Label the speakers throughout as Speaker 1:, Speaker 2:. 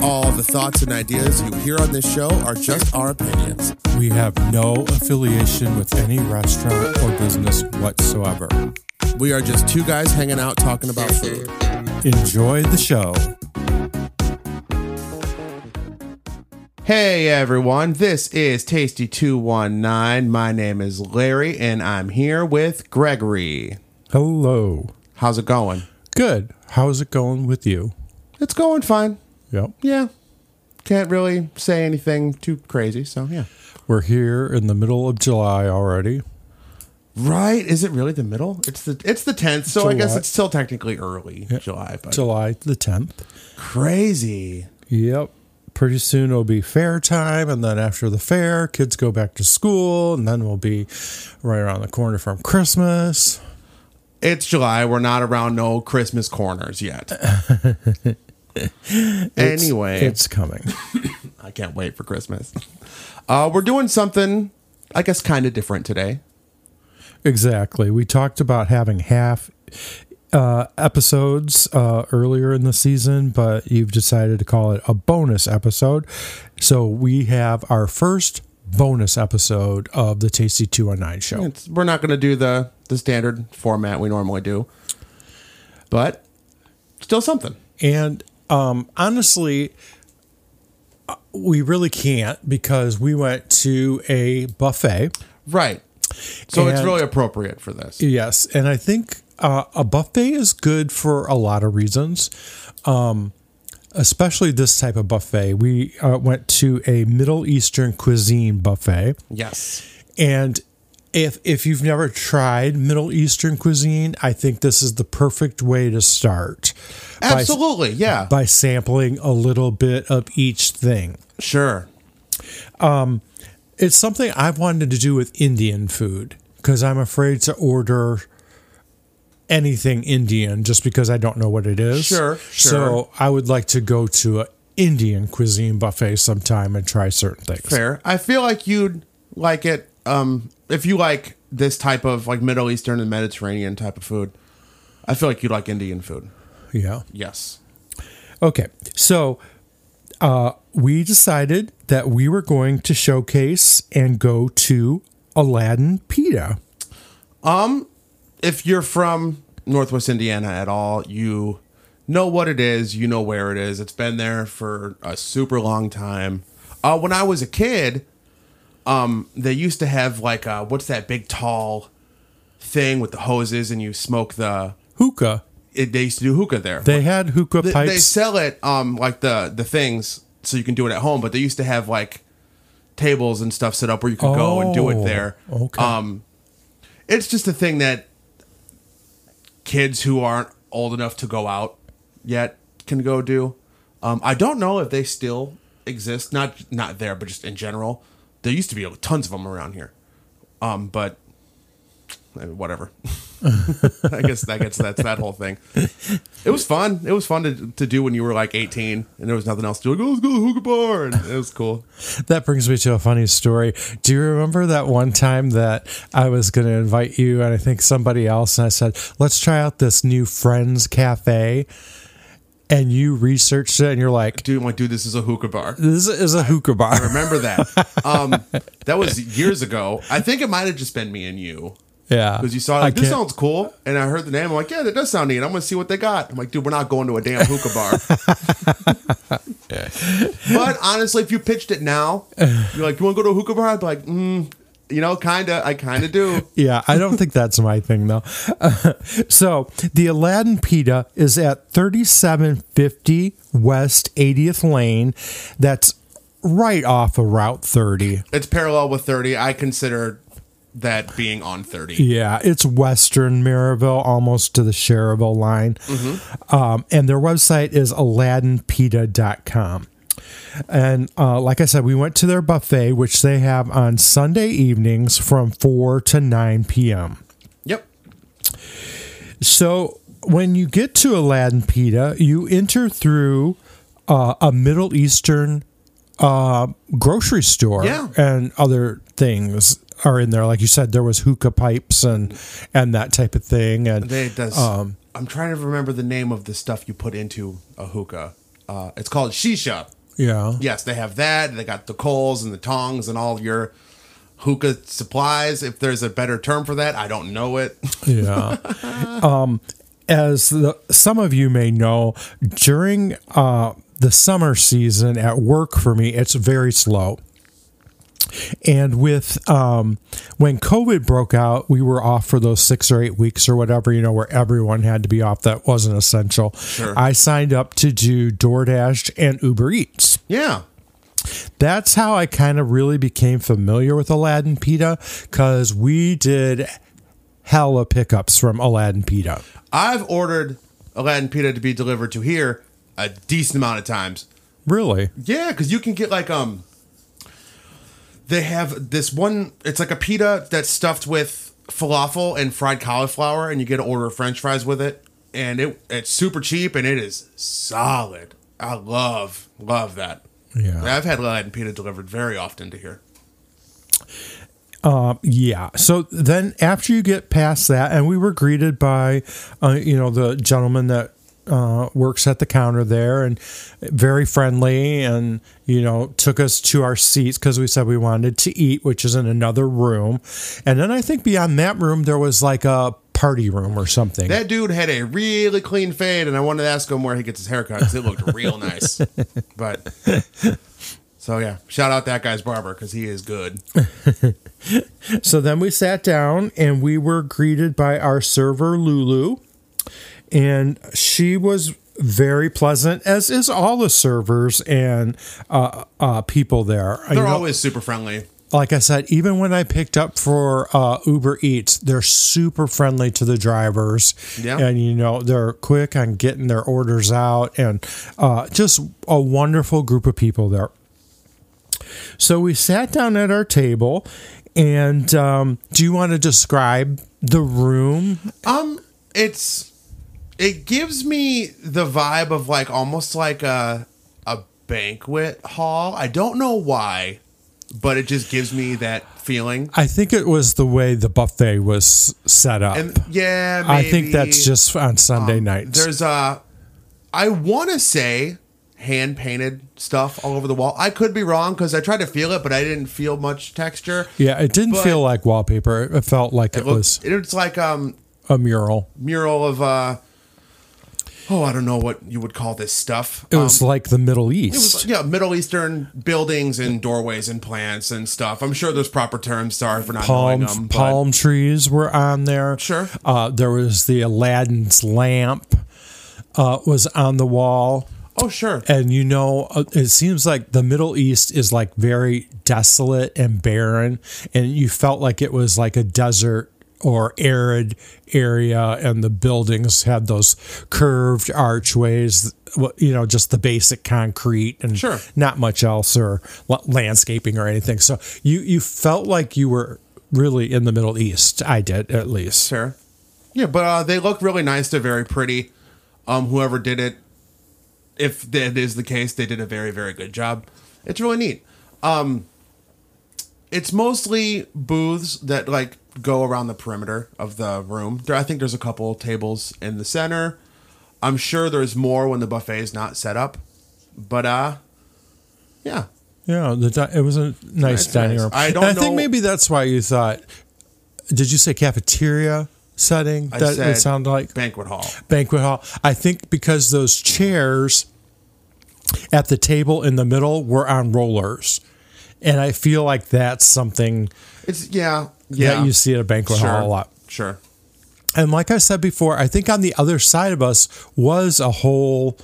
Speaker 1: All the thoughts and ideas you hear on this show are just our opinions.
Speaker 2: We have no affiliation with any restaurant or business whatsoever.
Speaker 1: We are just two guys hanging out talking about food.
Speaker 2: Enjoy the show.
Speaker 1: Hey everyone, this is Tasty219. My name is Larry and I'm here with Gregory.
Speaker 2: Hello.
Speaker 1: How's it going?
Speaker 2: Good. How's it going with you?
Speaker 1: It's going fine.
Speaker 2: Yep.
Speaker 1: Yeah. Can't really say anything too crazy, so yeah.
Speaker 2: We're here in the middle of July already.
Speaker 1: Right? Is it really the middle? It's the it's the tenth, so I guess
Speaker 2: July.
Speaker 1: it's still technically early July, but
Speaker 2: July the 10th.
Speaker 1: crazy.
Speaker 2: Yep. Pretty soon it'll be fair time. And then after the fair, kids go back to school. And then we'll be right around the corner from Christmas.
Speaker 1: It's July. We're not around no Christmas corners yet. anyway,
Speaker 2: It's coming.
Speaker 1: I can't wait for Christmas. Uh, we're doing something, I guess, kind of different today.
Speaker 2: Exactly. We talked about having half uh, episodes uh, earlier in the season, but you've decided to call it a bonus episode. So we have our first bonus episode of the Tasty 219 show.
Speaker 1: It's, we're not going to do the the standard format we normally do, but still something.
Speaker 2: And um, honestly, uh, we really can't because we went to a buffet.
Speaker 1: Right. So it's
Speaker 2: And-
Speaker 1: really appropriate for this.
Speaker 2: Yes, and I think uh, a buffet is good for a lot of reasons, um, especially this type of buffet. We uh, went to a Middle Eastern cuisine buffet,
Speaker 1: Yes.
Speaker 2: and if if you've never tried Middle Eastern cuisine, I think this is the perfect way to start. by-
Speaker 1: Absolutely. Yeah.
Speaker 2: by sampling a little bit of each thing.
Speaker 1: sure.
Speaker 2: It's something I've wanted to do with Indian food because I'm afraid to order anything Indian just because I don't know what it is.
Speaker 1: Sure, sure.
Speaker 2: So I would like to go to a Indian cuisine buffet sometime and try certain things.
Speaker 1: Fair. I feel like you'd like it um, if you like this type of like Middle Eastern and Mediterranean type of food. I feel like you'd like Indian food.
Speaker 2: Yeah.
Speaker 1: Yes.
Speaker 2: Okay. So uh, we decided that we were going to showcase and go to Aladdin Pita.
Speaker 1: If you're from Northwest Indiana at all, you know what it is. You know where it is. It's been there for a super long time. Uh, when I was a kid, um, they used to have like uh what's that big tall thing with the hoses and you smoke the.
Speaker 2: Hookah.
Speaker 1: It, they used to do hookah there.
Speaker 2: They had hookah
Speaker 1: They-
Speaker 2: pipes.
Speaker 1: They sell it um like the the things so you can do it at home, but they used to have like tables and stuff set up where you could go and do it
Speaker 2: Oh,
Speaker 1: there.
Speaker 2: okay.
Speaker 1: Um it's just a thing that kids who aren't old enough to go out yet can go do. Um I don't know if they still exist, not not there, but just in general. There used to be tons of them around here. Um but eh, whatever. I guess I guess that's that whole thing. It was fun. It was fun to, to do when you were like 18 and there was nothing else to do. Like, oh, let's go to the hookah bar. And it was cool.
Speaker 2: That brings me to a funny story. Do you remember that one time that I was going to invite you and I think somebody else, and I said, let's try out this new Friends Cafe? And you researched it and you're like,
Speaker 1: Dude, I'm like, dude, this is a hookah bar.
Speaker 2: this is a hookah bar.
Speaker 1: Remember that. Um, that was years ago. I think it might have just been me and you
Speaker 2: Yeah.
Speaker 1: because you saw it,
Speaker 2: I
Speaker 1: like, this
Speaker 2: can't-
Speaker 1: sounds cool. And I heard the name. I'm like, yeah, that does sound neat. I'm going to see what they got. I'm like, dude, we're not going to a damn hookah bar. but honestly, if you pitched it now, you're like, you want to go to a hookah bar? I'd be like, mm, you know, kind of. I kind of do.
Speaker 2: Yeah, I don't think that's my thing though. so the Aladdin Pita is at 3750 West 80th Lane. That's right off of Route 30.
Speaker 1: It's parallel with 30. I consider that being on 30.
Speaker 2: Yeah, it's Western Maryville, almost to the Sherrillville line. Um, and their website is aladdinpita.com. And uh, like I said, we went to their buffet, which they have on Sunday evenings from 4 to 9 p.m.
Speaker 1: Yep.
Speaker 2: So when you get to Aladdin Pita, you enter through uh, a Middle Eastern uh, grocery store,
Speaker 1: Yeah.
Speaker 2: and other things are in there. Like you said, there was hookah pipes and and that type of thing, and
Speaker 1: They it does.
Speaker 2: Um,
Speaker 1: I'm trying to remember the name of the stuff you put into a hookah. Uh, it's called shisha.
Speaker 2: Yeah.
Speaker 1: Yes, they have that. They got the coals and the tongs and all your hookah supplies. If there's a better term for that, I don't know it.
Speaker 2: Yeah. um, as the, some of you may know, during uh, the summer season at work for me, it's very slow. And with um, when COVID broke out, we were off for those six or eight weeks or whatever, you know, where everyone had to be off that wasn't essential. I signed up to do DoorDash and Uber Eats
Speaker 1: Yeah.
Speaker 2: that's how I kind of really became familiar with Aladdin Pita because we did hella pickups from Aladdin Pita.
Speaker 1: I've ordered Aladdin Pita to be delivered to here a decent amount of times.
Speaker 2: Really?
Speaker 1: Yeah, because you can get like um. They have this one. It's like a pita that's stuffed with falafel and fried cauliflower, and you get an order of French fries with it. And it it's super cheap, and it is solid. I love love that.
Speaker 2: Yeah.
Speaker 1: I've had Latin pita delivered very often to here.
Speaker 2: Yeah. So then after you get past that, and we were greeted by, uh, you know, the gentleman that uh, works at the counter there and very friendly and, you know, took us to our seats because we said we wanted to eat, which is in another room. And then I think beyond that room, there was like a party room or something.
Speaker 1: That dude had a really clean fade, and I wanted to ask him where he gets his haircut because it looked real nice. But so yeah, shout out that guy's barber because he is good.
Speaker 2: So then we sat down and we were greeted by our server, Lulu. And she was very pleasant, as is all the servers and uh, uh, people there. You
Speaker 1: They're
Speaker 2: know,
Speaker 1: always super friendly.
Speaker 2: like I said, even when I picked up for uh, Uber Eats, they're super friendly to the drivers.
Speaker 1: Yeah.
Speaker 2: And, you know, they're quick on getting their orders out and uh, just a wonderful group of people there. So we sat down at our table. And um, do you want to describe the room?
Speaker 1: Um, it's it gives me the vibe of like almost like a a banquet hall. I don't know why, but it just gives me that feeling.
Speaker 2: I think it was the way the buffet was set up.
Speaker 1: And yeah,
Speaker 2: I
Speaker 1: maybe
Speaker 2: think
Speaker 1: um,
Speaker 2: that's just on Sunday nights.
Speaker 1: there's uh I want to say hand painted stuff all over the wall. I could be wrong because I tried to feel it, but I didn't feel much texture.
Speaker 2: Yeah, it didn't
Speaker 1: but-
Speaker 2: feel like wallpaper. It felt like it,
Speaker 1: Look,
Speaker 2: was
Speaker 1: It's like um
Speaker 2: a mural.
Speaker 1: mural of uh oh I don't know what you would call this stuff.
Speaker 2: It was like the Middle East.
Speaker 1: Yeah, Middle Eastern buildings and doorways and plants and stuff. I'm sure there's proper terms. Sorry for not
Speaker 2: palm
Speaker 1: knowing them. but-
Speaker 2: palm trees were on there.
Speaker 1: Sure.
Speaker 2: Uh, there was the Aladdin's lamp uh, was on the wall,
Speaker 1: Oh, sure.
Speaker 2: and you know uh, it seems like the Middle East is like very desolate and barren, and you felt like it was like a desert. Or arid area, and the buildings had those curved archways. wh- You know, just the basic concrete and
Speaker 1: Sure.
Speaker 2: not much else or la- landscaping or anything. So you you felt like you were really in the Middle East. I did at least.
Speaker 1: Sure. Yeah, but uh, they look really nice. They're very pretty. Um, whoever did it, if that is the case, they did a very, very good job. It's really neat. Um, it's mostly booths that like go around the perimeter of the room. There, I think there's a couple tables in the center. I'm sure there's more when the buffet is not set up, but uh, yeah,
Speaker 2: Yeah, the di- it was a nice
Speaker 1: That's
Speaker 2: dining
Speaker 1: nice.
Speaker 2: room.
Speaker 1: I don't
Speaker 2: And I think
Speaker 1: know-
Speaker 2: maybe that's why you thought. Did you say cafeteria setting?
Speaker 1: I
Speaker 2: that
Speaker 1: said-
Speaker 2: it sounded like
Speaker 1: banquet hall.
Speaker 2: banquet hall. I think because those chairs at the table in the middle were on rollers. And I feel like that's something
Speaker 1: It's yeah, yeah.
Speaker 2: that you see at a banquet
Speaker 1: sure,
Speaker 2: hall a lot.
Speaker 1: Sure.
Speaker 2: And like I said before, I think on the other side of us was a whole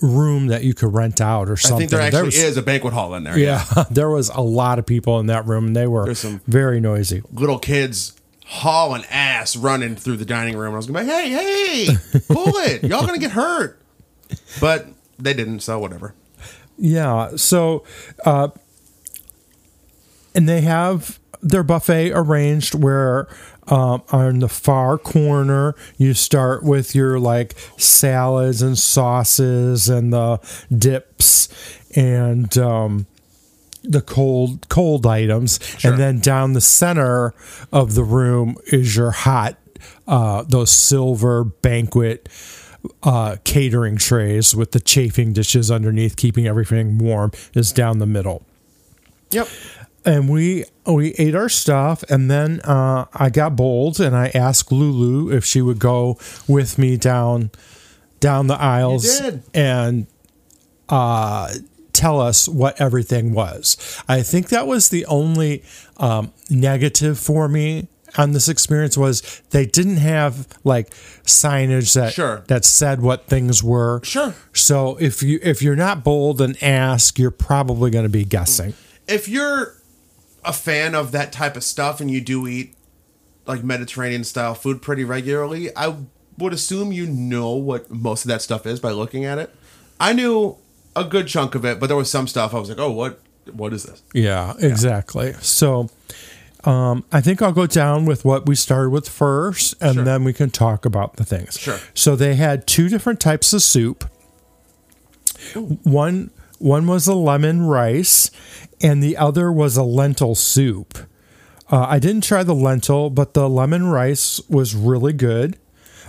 Speaker 2: room that you could rent out or something.
Speaker 1: I think there actually
Speaker 2: was,
Speaker 1: is a banquet hall in there.
Speaker 2: Yeah, there was a lot of people in that room. And they were
Speaker 1: There's some-
Speaker 2: very noisy.
Speaker 1: little kids hauling ass running through the dining room. I was gonna be like, hey, hey, cool it. Y'all gonna get hurt. But they didn't, so whatever.
Speaker 2: Yeah. So, uh, and they have their buffet arranged where um, on the far corner you start with your like salads and sauces and the dips and um, the cold cold items,
Speaker 1: Sure.
Speaker 2: and then down the center of the room is your hot. Uh, those silver banquet uh, catering trays with the chafing dishes underneath, keeping everything warm, is down the middle.
Speaker 1: Yep.
Speaker 2: And we we ate our stuff, and then uh, I got bold and I asked Lulu if she would go with me down down the aisles
Speaker 1: did.
Speaker 2: and uh, tell us what everything was. I think that was the only um, negative for me on this experience was they didn't have like signage that
Speaker 1: Sure.
Speaker 2: that said what things were.
Speaker 1: Sure.
Speaker 2: So if you if you're not bold and ask, you're probably going to be guessing.
Speaker 1: If you're a fan of that type of stuff and you do eat like Mediterranean style food pretty regularly, I would assume you know what most of that stuff is by looking at it. I knew a good chunk of it, but there was some stuff I was like, "Oh, what what is this?"
Speaker 2: Yeah, exactly. So um, I think I'll go down with what we started with first, and
Speaker 1: Sure.
Speaker 2: then we can talk about the things.
Speaker 1: Sure.
Speaker 2: So they had two different types of soup. One one was a lemon rice, and the other was a lentil soup. Uh, I didn't try the lentil, but the lemon rice was really good.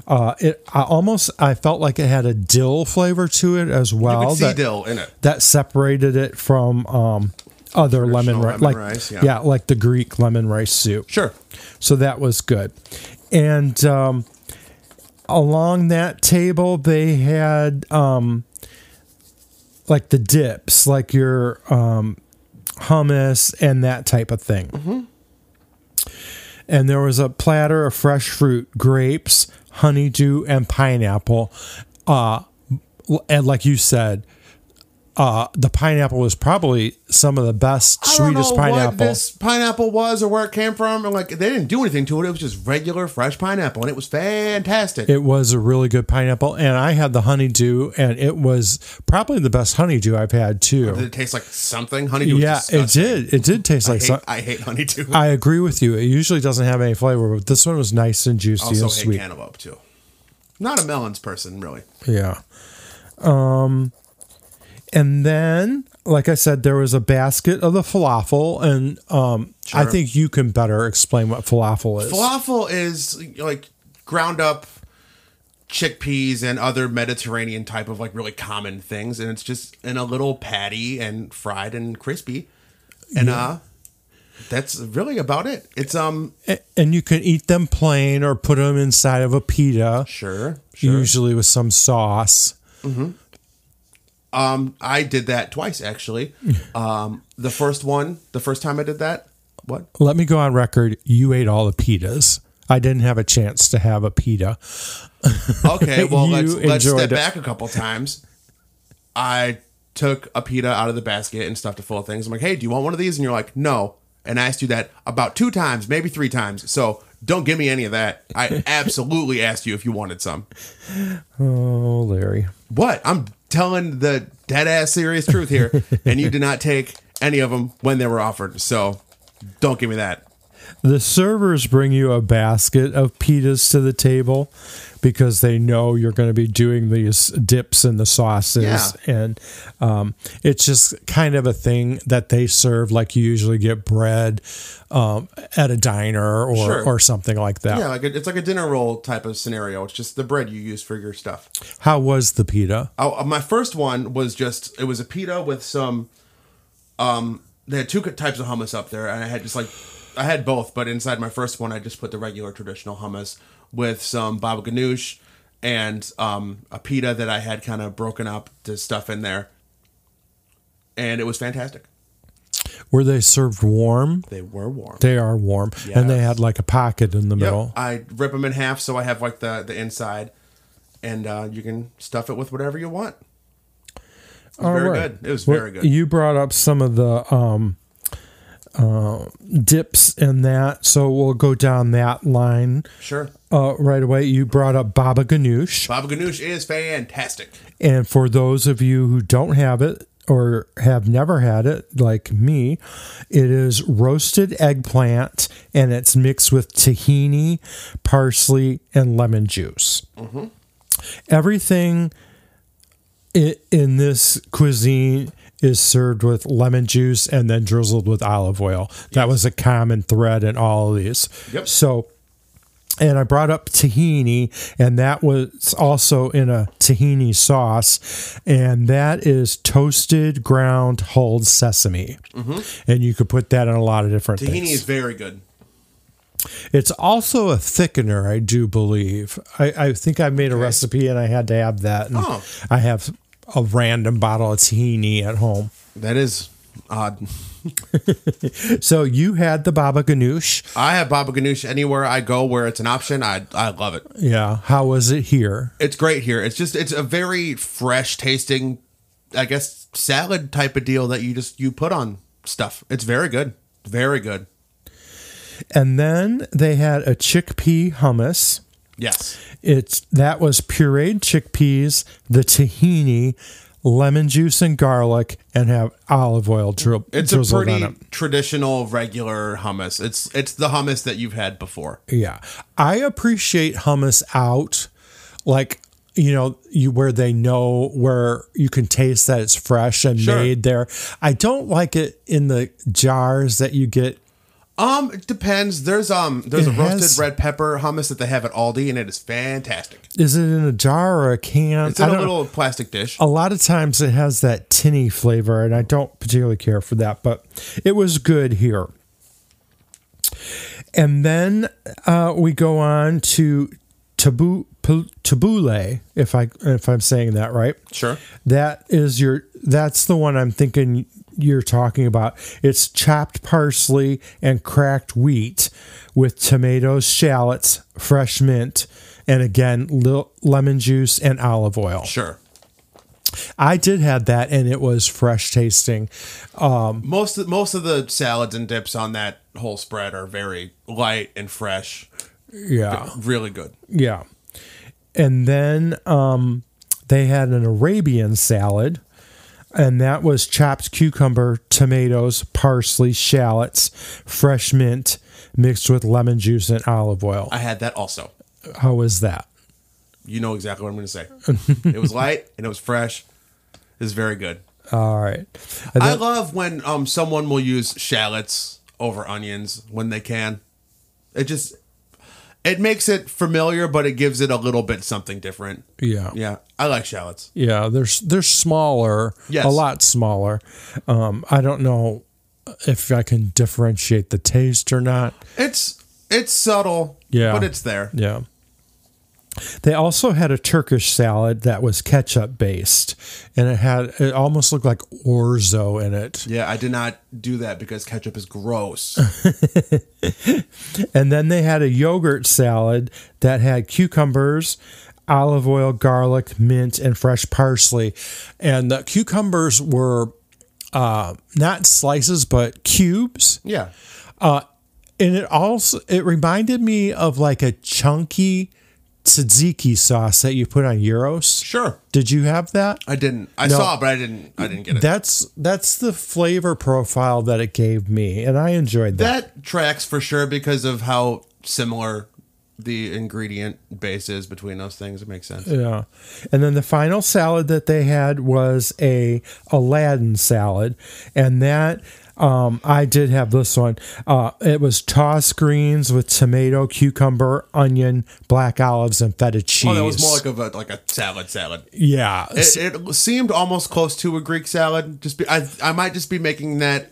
Speaker 2: Uh, it I almost I felt like it had a dill flavor to it as
Speaker 1: You
Speaker 2: well.
Speaker 1: could see
Speaker 2: that-
Speaker 1: dill in it.
Speaker 2: that separated it from um, other lemon, ri-
Speaker 1: lemon
Speaker 2: like,
Speaker 1: rice, yeah.
Speaker 2: yeah. like the Greek lemon rice soup.
Speaker 1: Sure.
Speaker 2: So that was good. And um, along that table, they had um, like the dips, like your um, hummus and that type of thing.
Speaker 1: Mm-hmm.
Speaker 2: And there was a platter of fresh fruit, grapes, honeydew, and pineapple. Uh, and like you said, uh, the pineapple was probably some of the best,
Speaker 1: I don't
Speaker 2: sweetest
Speaker 1: know
Speaker 2: pineapple.
Speaker 1: what this pineapple was or where it came from. And like they didn't do anything to it. It was just regular fresh pineapple, and it was fantastic.
Speaker 2: It was a really good pineapple, and I had the honeydew, and it was probably the best honeydew I've
Speaker 1: Did
Speaker 2: had too.
Speaker 1: it taste like something? Honeydew. Oh, was
Speaker 2: Yeah, it
Speaker 1: disgusting.
Speaker 2: did. It did taste like.
Speaker 1: Hate-
Speaker 2: some-
Speaker 1: I hate honeydew. I
Speaker 2: I agree with you. It usually doesn't have any flavor, but this one was nice and juicy
Speaker 1: also
Speaker 2: and
Speaker 1: hate
Speaker 2: sweet.
Speaker 1: cantaloupe too. Not a melons person, really.
Speaker 2: Yeah. Um, and then, like I said, there was a basket of the falafel, and um, I
Speaker 1: Sure.
Speaker 2: think you can better explain what falafel is.
Speaker 1: Falafel is like ground up chickpeas and other Mediterranean type of like really common things, and it's just in a little patty and fried and crispy, and uh, that's really about it. It's um
Speaker 2: A- and you can eat them plain or put them inside of a pita,
Speaker 1: sure sure.
Speaker 2: usually with some sauce.
Speaker 1: Um, I did that twice actually. Um, the first one, the first time I did that, what?
Speaker 2: let me go on record. You ate all the pitas. I didn't have a chance to have a pita.
Speaker 1: Okay, well
Speaker 2: You
Speaker 1: let's let's step
Speaker 2: enjoyed it.
Speaker 1: back a couple times. I took a pita out of the basket and stuffed it full of things. I'm like, hey, do you want one of these? And you're like, no. And I asked you that about two times, maybe three times. So don't give me any of that. I absolutely asked you if you wanted some.
Speaker 2: Oh, Larry.
Speaker 1: What? I'm telling the dead ass serious truth here, and you did not take any of them when they were offered. So don't give me that.
Speaker 2: The servers bring you a basket of pitas to the table because they know you're going to be doing these dips and the sauces.
Speaker 1: Yeah.
Speaker 2: And um, it's just kind of a thing that they serve, like you usually get bread um, at a diner or,
Speaker 1: Sure.
Speaker 2: or something like that.
Speaker 1: Yeah, like a, it's like a dinner roll type of scenario. It's just the bread you use for your stuff.
Speaker 2: How was the pita?
Speaker 1: I, uh, my first one was just it was a pita with some um they had two co- types of hummus up there and I had just like I had both but inside my first one I just put the regular traditional hummus with some baba ganoush and um a pita that I had kind of broken up to stuff in there and it was fantastic.
Speaker 2: Were they served warm?
Speaker 1: They were warm.
Speaker 2: They are warm. And they
Speaker 1: Yes.
Speaker 2: had like a pocket in the
Speaker 1: Yep.
Speaker 2: middle.
Speaker 1: I rip them in half so I have like the the inside and uh you can stuff it with whatever you want. It was
Speaker 2: All
Speaker 1: very
Speaker 2: right.
Speaker 1: good. It was
Speaker 2: Well,
Speaker 1: very good.
Speaker 2: You brought up some of the um, uh, dips in that, so we'll go down that line
Speaker 1: sure.
Speaker 2: uh, right away. You brought up baba ganoush,
Speaker 1: Baba ganoush is fantastic.
Speaker 2: and for those of you who don't have it or have never had it, like me, it is roasted eggplant, and it's mixed with tahini, parsley, and lemon juice. Everything i in this cuisine is served with lemon juice and then drizzled with olive oil. That was a common thread in all of these.
Speaker 1: Yep.
Speaker 2: So and I brought up tahini, and that was also in a tahini sauce, and that is toasted ground hulled sesame, and you could put that in a lot of different
Speaker 1: Mm-hmm. Tahini
Speaker 2: things.
Speaker 1: is very good.
Speaker 2: It's also a thickener, I do believe. I, I think I made a recipe and I had to have that. And
Speaker 1: Oh.
Speaker 2: I have a random bottle of tahini at home.
Speaker 1: That is odd.
Speaker 2: So you had the baba ganoush.
Speaker 1: I have baba ganoush anywhere I go where it's an option. I I love it.
Speaker 2: Yeah. How was it here?
Speaker 1: It's great here. It's just it's a very fresh tasting, I guess salad type of deal that you just you put on stuff. It's very good. Very good.
Speaker 2: And then they had a chickpea hummus.
Speaker 1: Yes.
Speaker 2: It's that was pureed chickpeas, the tahini, lemon juice and garlic, and have olive oil dri-
Speaker 1: It's a
Speaker 2: drizzled on
Speaker 1: pretty
Speaker 2: it.
Speaker 1: traditional regular hummus. It's it's the hummus that you've had before.
Speaker 2: Yeah. I appreciate hummus out like you know, you where they know where you can taste that it's fresh and
Speaker 1: Sure.
Speaker 2: made there. I don't like it in the jars that you get.
Speaker 1: Um, it depends. There's um there's
Speaker 2: It
Speaker 1: a roasted
Speaker 2: has-
Speaker 1: red pepper hummus that they have at Aldi and it is fantastic.
Speaker 2: Is it in a jar or a can?
Speaker 1: It's
Speaker 2: I
Speaker 1: in a
Speaker 2: don't- Oh.
Speaker 1: little plastic dish.
Speaker 2: a lot of times it has that tinny flavor, and I don't particularly care for that, but it was good here. And then uh, we go on to tabu, pu- tabbouleh, if I if I'm saying that right.
Speaker 1: Sure.
Speaker 2: That is your that's the one I'm thinking you're talking about. It's chopped parsley and cracked wheat with tomatoes, shallots, fresh mint, and again lil lemon juice and olive oil.
Speaker 1: Sure.
Speaker 2: I did have that, and it was fresh tasting.
Speaker 1: Most of, most of the salads and dips on that whole spread are very light and fresh.
Speaker 2: Yeah,
Speaker 1: Really good.
Speaker 2: yeah. And then um, they had an Arabian salad, and that was chopped cucumber, tomatoes, parsley, shallots, fresh mint mixed with lemon juice and olive oil.
Speaker 1: I had that also.
Speaker 2: How was that?
Speaker 1: You know exactly what I'm going to say. it was light and it was fresh. It was very good.
Speaker 2: All right. And
Speaker 1: I
Speaker 2: then-
Speaker 1: love when um someone will use shallots over onions when they can. It just it makes it familiar, but it gives it a little bit something different.
Speaker 2: yeah.
Speaker 1: Yeah, I like shallots.
Speaker 2: Yeah, they're they're smaller,
Speaker 1: Yes.
Speaker 2: a lot smaller. Um, I don't know if I can differentiate the taste or not.
Speaker 1: It's it's subtle,
Speaker 2: Yeah.
Speaker 1: but it's there.
Speaker 2: Yeah. They also had a Turkish salad that was ketchup based, and it had it almost looked like orzo in it.
Speaker 1: Yeah, I did not do that because ketchup is gross.
Speaker 2: And then they had a yogurt salad that had cucumbers, olive oil, garlic, mint, and fresh parsley. And the cucumbers were uh, not slices but cubes,
Speaker 1: yeah,
Speaker 2: and it also it reminded me of like a chunky tzatziki sauce that you put on gyros.
Speaker 1: sure.
Speaker 2: Did you have that?
Speaker 1: I didn't. I
Speaker 2: No.
Speaker 1: saw, it, but I didn't. I didn't get it. That,
Speaker 2: That's that's the flavor profile that it gave me, and I enjoyed that.
Speaker 1: tracks for sure because of how similar the ingredient base is between those things. It makes sense.
Speaker 2: Yeah. And then the final salad that they had was a Aladdin salad, and that um, I did have this one. Uh, it was tossed greens with tomato, cucumber, onion, black olives, and feta cheese.
Speaker 1: Oh, that was more like of a like a salad salad.
Speaker 2: yeah.
Speaker 1: It, it seemed almost close to a Greek salad. Just be, I I might just be making that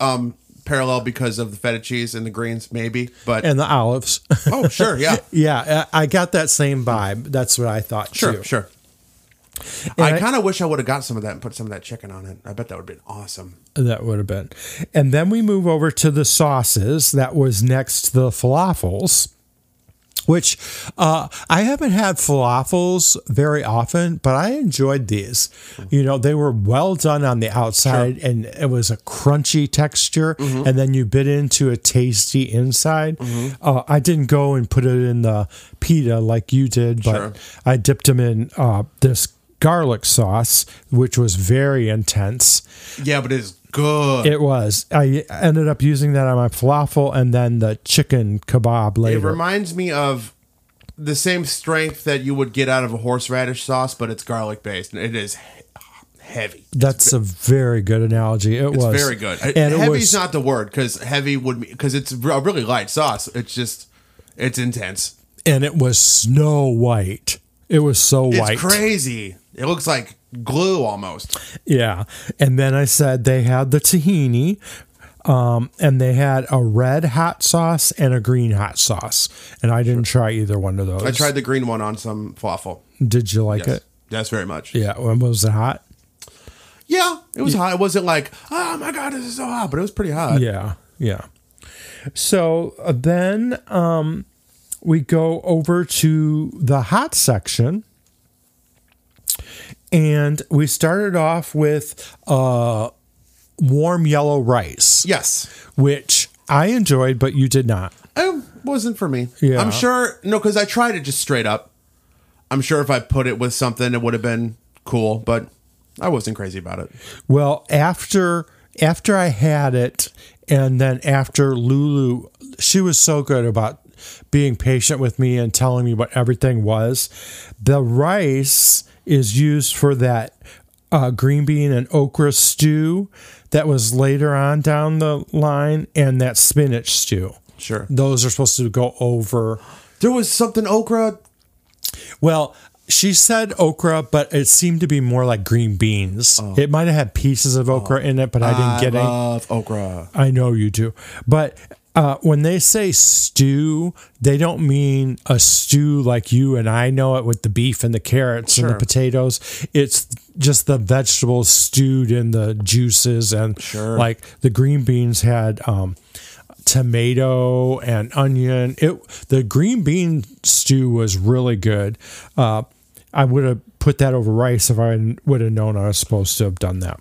Speaker 1: um parallel because of the feta cheese and the greens, maybe. But
Speaker 2: and the olives.
Speaker 1: oh, sure, yeah,
Speaker 2: yeah, I I got that same vibe. That's what I thought
Speaker 1: sure,
Speaker 2: too.
Speaker 1: sure.
Speaker 2: And
Speaker 1: I
Speaker 2: I-
Speaker 1: kind of wish I would have got some of that and put some of that chicken on it. I bet that would have been awesome.
Speaker 2: That would have been. And then we move over to the sauces. That was next to the falafels, which uh, I haven't had falafels very often, but I enjoyed these. You know, they were well done on the outside and it was a crunchy texture. And then you bit into a tasty inside. Uh, I didn't go and put it in the pita like you did, but
Speaker 1: Sure.
Speaker 2: I dipped them in uh, this garlic sauce, which was very intense.
Speaker 1: Yeah, but it's good. It,
Speaker 2: It was. I ended up using that on my falafel and then the chicken kebab later.
Speaker 1: reminds me of the same strength that you would get out of a horseradish sauce, but it's garlic based and it is he- heavy.
Speaker 2: That's a very good analogy. It was
Speaker 1: It's very good.
Speaker 2: and it
Speaker 1: heavy's
Speaker 2: was
Speaker 1: not the word because heavy would because it's a really light sauce. It's just It's intense.
Speaker 2: and it was snow white. It was so
Speaker 1: It's
Speaker 2: white.
Speaker 1: crazy. It looks like glue almost.
Speaker 2: Yeah. And then I said they had the tahini um, and they had a red hot sauce and a green hot sauce. And I didn't try either one of those.
Speaker 1: I tried the green one on some falafel.
Speaker 2: Did you like
Speaker 1: Yes,
Speaker 2: it?
Speaker 1: yes very much.
Speaker 2: Yeah. When was it hot?
Speaker 1: Yeah, it was hot. It wasn't like, oh my god, this is so hot, but it was pretty hot.
Speaker 2: Yeah. Yeah. So uh, then um, we go over to the hot section. And we started off with uh, warm yellow rice.
Speaker 1: Yes,
Speaker 2: which I enjoyed, but you did not.
Speaker 1: it wasn't for me.
Speaker 2: Yeah.
Speaker 1: I'm sure. No, because I tried it just straight up. I'm sure if I put it with something, it would have been cool, but I wasn't crazy about it.
Speaker 2: Well, after after I had it, and then after Lulu, she was so good about being patient with me and telling me what everything was. The rice is used for that uh, green bean and okra stew that was later on down the line, and that spinach stew.
Speaker 1: Sure.
Speaker 2: Those are supposed to go over
Speaker 1: There was something okra.
Speaker 2: Well, she said okra, but it seemed to be more like green beans. It might have had pieces of okra in it, but I didn't get
Speaker 1: I
Speaker 2: any.
Speaker 1: love okra.
Speaker 2: I know you do. But uh, when they say stew, they don't mean a stew like you and I know it with the beef and the carrots and the
Speaker 1: Sure.
Speaker 2: potatoes. It's just the vegetables stewed in the juices and
Speaker 1: Sure.
Speaker 2: like the green beans had um, tomato and onion. It the green bean stew was really good. Uh, I would have put that over rice if I would have known I was supposed to have done that.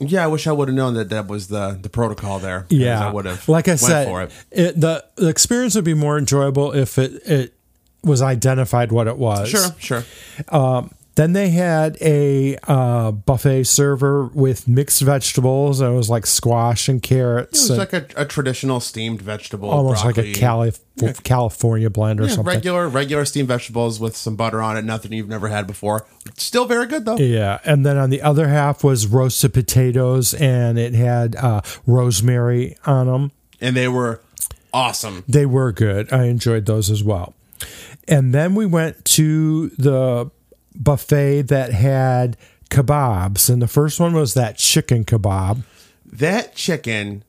Speaker 1: Yeah, I wish I would have known that that was the the protocol there. 'cause
Speaker 2: Yeah,
Speaker 1: I would have.
Speaker 2: Like I
Speaker 1: went
Speaker 2: said,
Speaker 1: for it.
Speaker 2: it- the the experience would be more enjoyable if it it was identified what it was.
Speaker 1: Sure, sure.
Speaker 2: Then they had a uh, buffet server with mixed vegetables. And it was like squash and carrots,
Speaker 1: It's
Speaker 2: and
Speaker 1: like a, a traditional steamed vegetable,
Speaker 2: almost like a
Speaker 1: broccoli.
Speaker 2: Calif- California blend or
Speaker 1: Yeah,
Speaker 2: something.
Speaker 1: regular regular steamed vegetables with some butter on it. Nothing you've never had before. Still very good though.
Speaker 2: Yeah, and then on the other half was roasted potatoes, and it had uh, rosemary on them.
Speaker 1: and they were awesome.
Speaker 2: They were good. I enjoyed those as well. And then we went to the buffet that had kebabs. And the first one was that chicken kebab.
Speaker 1: That chicken,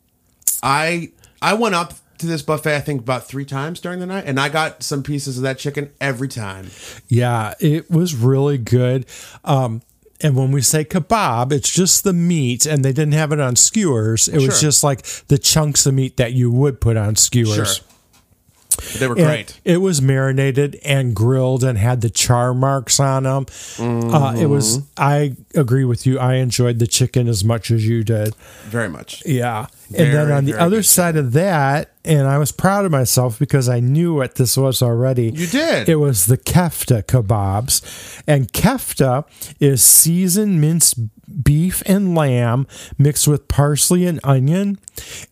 Speaker 1: I I went up to this buffet I think about three times during the night, and I got some pieces of that chicken every time.
Speaker 2: Yeah, it was really good. Um, and when we say kebab, it's just the meat, and they didn't have it on skewers. It was
Speaker 1: Sure.
Speaker 2: just like the chunks of meat that you would put on
Speaker 1: Sure,
Speaker 2: skewers.
Speaker 1: But they were
Speaker 2: And
Speaker 1: great.
Speaker 2: It was marinated and grilled and had the char marks on them. Uh, it was.
Speaker 1: Mm-hmm.
Speaker 2: I agree with you. I enjoyed the chicken as much as you did.
Speaker 1: Very much.
Speaker 2: Yeah. and then
Speaker 1: Very,
Speaker 2: on the
Speaker 1: very
Speaker 2: other
Speaker 1: good
Speaker 2: side of that, and I was proud of myself because I knew what this was already.
Speaker 1: You did.
Speaker 2: It was the kefta kebabs. And kefta is seasoned minced beef and lamb mixed with parsley and onion.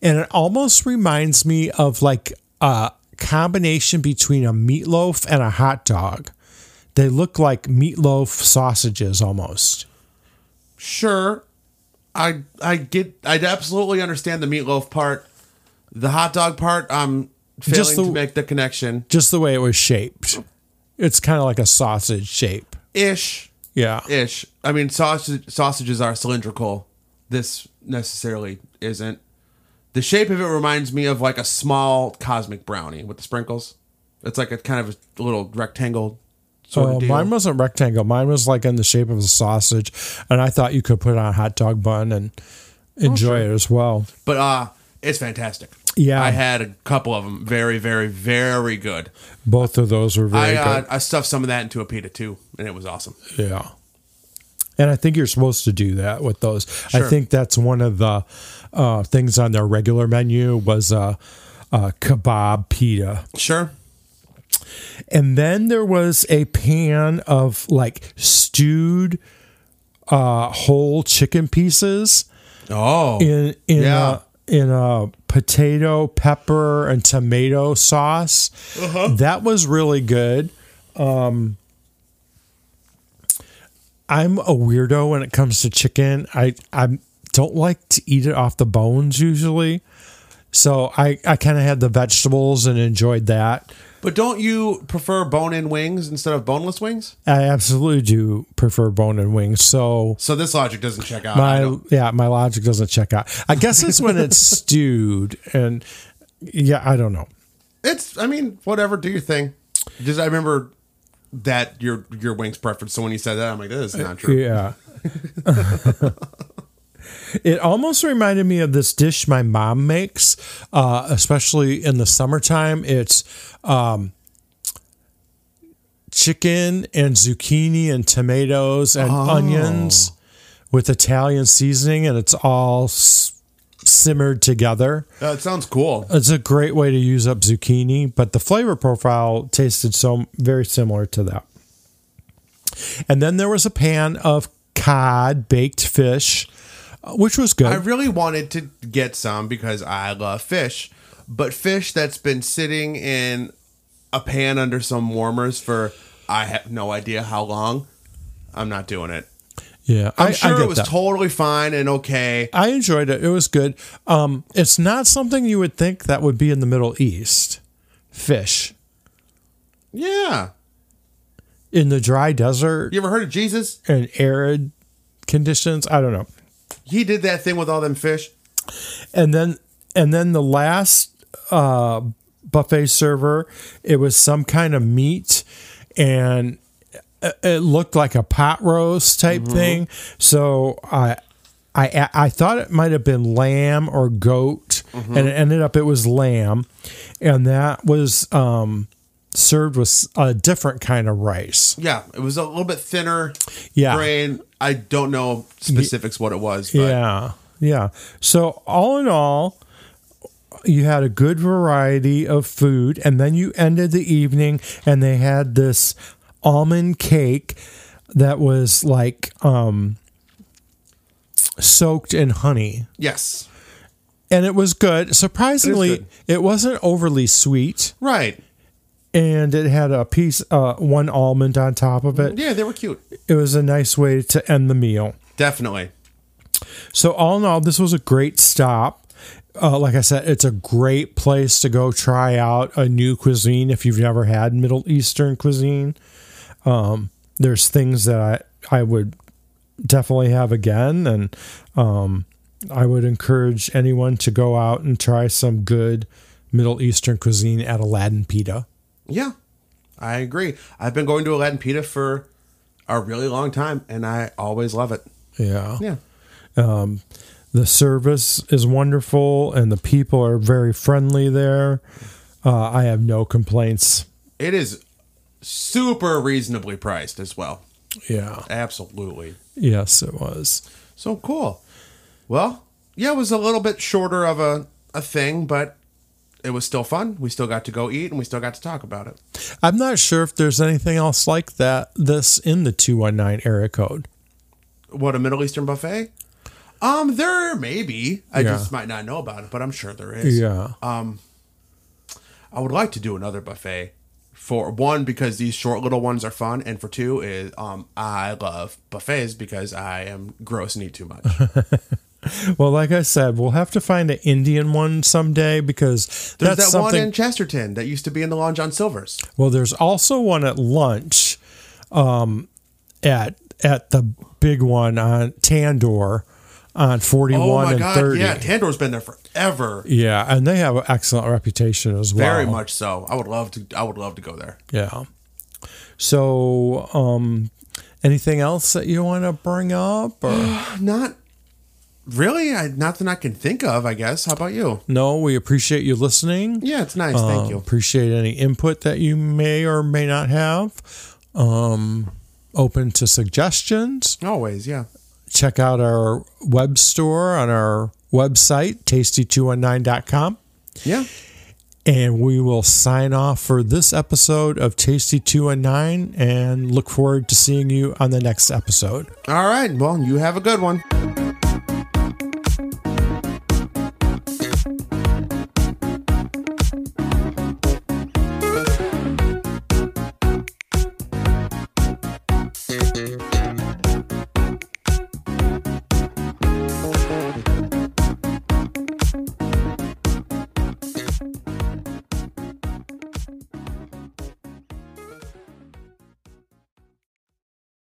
Speaker 2: And it almost reminds me of like a combination between a meatloaf and a hot dog. They look like meatloaf sausages almost.
Speaker 1: Sure, I I get I absolutely understand the meatloaf part, the hot dog part. I'm failing
Speaker 2: Just the-
Speaker 1: to make the connection
Speaker 2: just the way it was shaped. It's kind of like a sausage shape.
Speaker 1: ish
Speaker 2: Yeah.
Speaker 1: ish. I mean, sausage sausages are cylindrical. This necessarily isn't. The shape of it reminds me of like a small cosmic brownie with the sprinkles. It's like a kind of a little rectangle sort
Speaker 2: Oh,
Speaker 1: of deal.
Speaker 2: mine wasn't rectangle. Mine was like in the shape of a sausage, and I thought you could put it on a hot dog bun and enjoy it as well.
Speaker 1: but uh, it's fantastic.
Speaker 2: Yeah.
Speaker 1: I had a couple of them. Very, very, very good.
Speaker 2: Both of those were very
Speaker 1: I uh,
Speaker 2: good.
Speaker 1: I stuffed some of that into a pita too, and it was awesome.
Speaker 2: Yeah. And I think you're supposed to do that with those. I
Speaker 1: Sure.
Speaker 2: think that's one of the uh, things on their regular menu was a, a kebab pita.
Speaker 1: Sure.
Speaker 2: And then there was a pan of like stewed uh, whole chicken pieces
Speaker 1: Oh,
Speaker 2: in in
Speaker 1: Yeah.
Speaker 2: a, in a potato, pepper, and tomato sauce. That was really good. Um, I'm a weirdo when it comes to chicken. I I don't like to eat it off the bones usually. So I, I kind of had the vegetables and enjoyed that.
Speaker 1: But don't you prefer bone in wings instead of boneless wings?
Speaker 2: I absolutely do prefer bone and wings. So
Speaker 1: So this logic doesn't check out. I
Speaker 2: my
Speaker 1: don't-
Speaker 2: yeah, my logic doesn't check out. I guess it's when it's stewed and yeah, I don't know.
Speaker 1: it's I mean, whatever, do your thing. Just I remember that your your wings preference. So when you said that, I'm like, that is not true.
Speaker 2: Yeah. it almost reminded me of this dish my mom makes, uh, especially in the summertime. It's um, chicken and zucchini and tomatoes
Speaker 1: Oh.
Speaker 2: and onions with Italian seasoning, and it's all s- simmered together.
Speaker 1: Uh, it sounds cool.
Speaker 2: It's a great way to use up zucchini, but the flavor profile tasted so very similar to that. And then there was a pan of cod baked fish, uh, which was good.
Speaker 1: I really wanted to get some because I love fish, but fish that's been sitting in a pan under some warmers for I have no idea how long. I'm not doing it.
Speaker 2: yeah,
Speaker 1: I'm
Speaker 2: I- I
Speaker 1: sure
Speaker 2: get
Speaker 1: it was
Speaker 2: that.
Speaker 1: totally fine and okay.
Speaker 2: I enjoyed it. It was good. Um, it's not something you would think that would be in the Middle East. Fish
Speaker 1: Yeah.
Speaker 2: in the dry desert
Speaker 1: You ever heard of Jesus?
Speaker 2: and arid conditions. I don't know.
Speaker 1: He did that thing with all them fish.
Speaker 2: and then and then the last uh, buffet server it was some kind of meat and it- it looked like a pot roast type thing so i I, I thought it might have been lamb or goat, and it ended up it was lamb, and that was um, served with a different kind of rice.
Speaker 1: Yeah, it was a little bit thinner
Speaker 2: Yeah.
Speaker 1: grain. I don't know specifics what it was, but
Speaker 2: Yeah. Yeah. So, all in all, you had a good variety of food, and then you ended the evening, and they had this almond cake that was like um, soaked in honey.
Speaker 1: yes.
Speaker 2: And it was good. Surprisingly,
Speaker 1: good.
Speaker 2: it wasn't overly sweet,
Speaker 1: Right.
Speaker 2: and it had a piece, uh, one almond on top of it.
Speaker 1: Yeah, they were cute.
Speaker 2: It was a nice way to end the meal.
Speaker 1: Definitely.
Speaker 2: So all in all, this was a great stop. Uh, like I said, it's a great place to go try out a new cuisine if you've never had Middle Eastern cuisine. Um, there's things that I I would definitely have again, and um, I would encourage anyone to go out and try some good Middle Eastern cuisine at Aladdin Pita.
Speaker 1: Yeah, I agree. I've been going to Aladdin Pita for a really long time, and I always love it.
Speaker 2: Yeah.
Speaker 1: Yeah.
Speaker 2: Um, the service is wonderful, and the people are very friendly there. Uh, I have no complaints.
Speaker 1: It is super reasonably priced as well.
Speaker 2: Yeah.
Speaker 1: Absolutely.
Speaker 2: Yes, it was.
Speaker 1: So cool. Well, yeah, it was a little bit shorter of a, a thing, but it was still fun. We still got to go eat and we still got to talk about it.
Speaker 2: I'm not sure if there's anything else like that this in the 219 area code.
Speaker 1: What, a Middle Eastern buffet? Um, there may be. I
Speaker 2: Yeah.
Speaker 1: just might not know about it, but I'm sure there is.
Speaker 2: Yeah.
Speaker 1: I would like to do another buffet. For one, because these short little ones are fun, and for two, is um I love buffets because I am gross and eat too much.
Speaker 2: Well, like I said, we'll have to find an Indian one someday because
Speaker 1: There's
Speaker 2: that's
Speaker 1: that one
Speaker 2: something.
Speaker 1: in Chesterton that used to be in the Long John Silver's.
Speaker 2: well, there's also one at lunch um, at at the big one on Tandor on 41
Speaker 1: Oh my
Speaker 2: and
Speaker 1: god,
Speaker 2: 30.
Speaker 1: yeah, Tandor's been there forever.
Speaker 2: Yeah, and they have an excellent reputation as well.
Speaker 1: Very much so. I would love to. I would love to go there.
Speaker 2: Yeah. So, um, anything else that you want to bring up? Or
Speaker 1: Not really. I, nothing I can think of. I guess. How about you?
Speaker 2: no, we appreciate you listening.
Speaker 1: Yeah, it's nice.
Speaker 2: Uh,
Speaker 1: Thank you.
Speaker 2: Appreciate any input that you may or may not have. Um, open to suggestions.
Speaker 1: Always. Yeah.
Speaker 2: Check out our web store on our website, tasty219.com.
Speaker 1: Yeah.
Speaker 2: And we will sign off for this episode of Tasty 219 and look forward to seeing you on the next episode.
Speaker 1: All right. Well, you have a good one.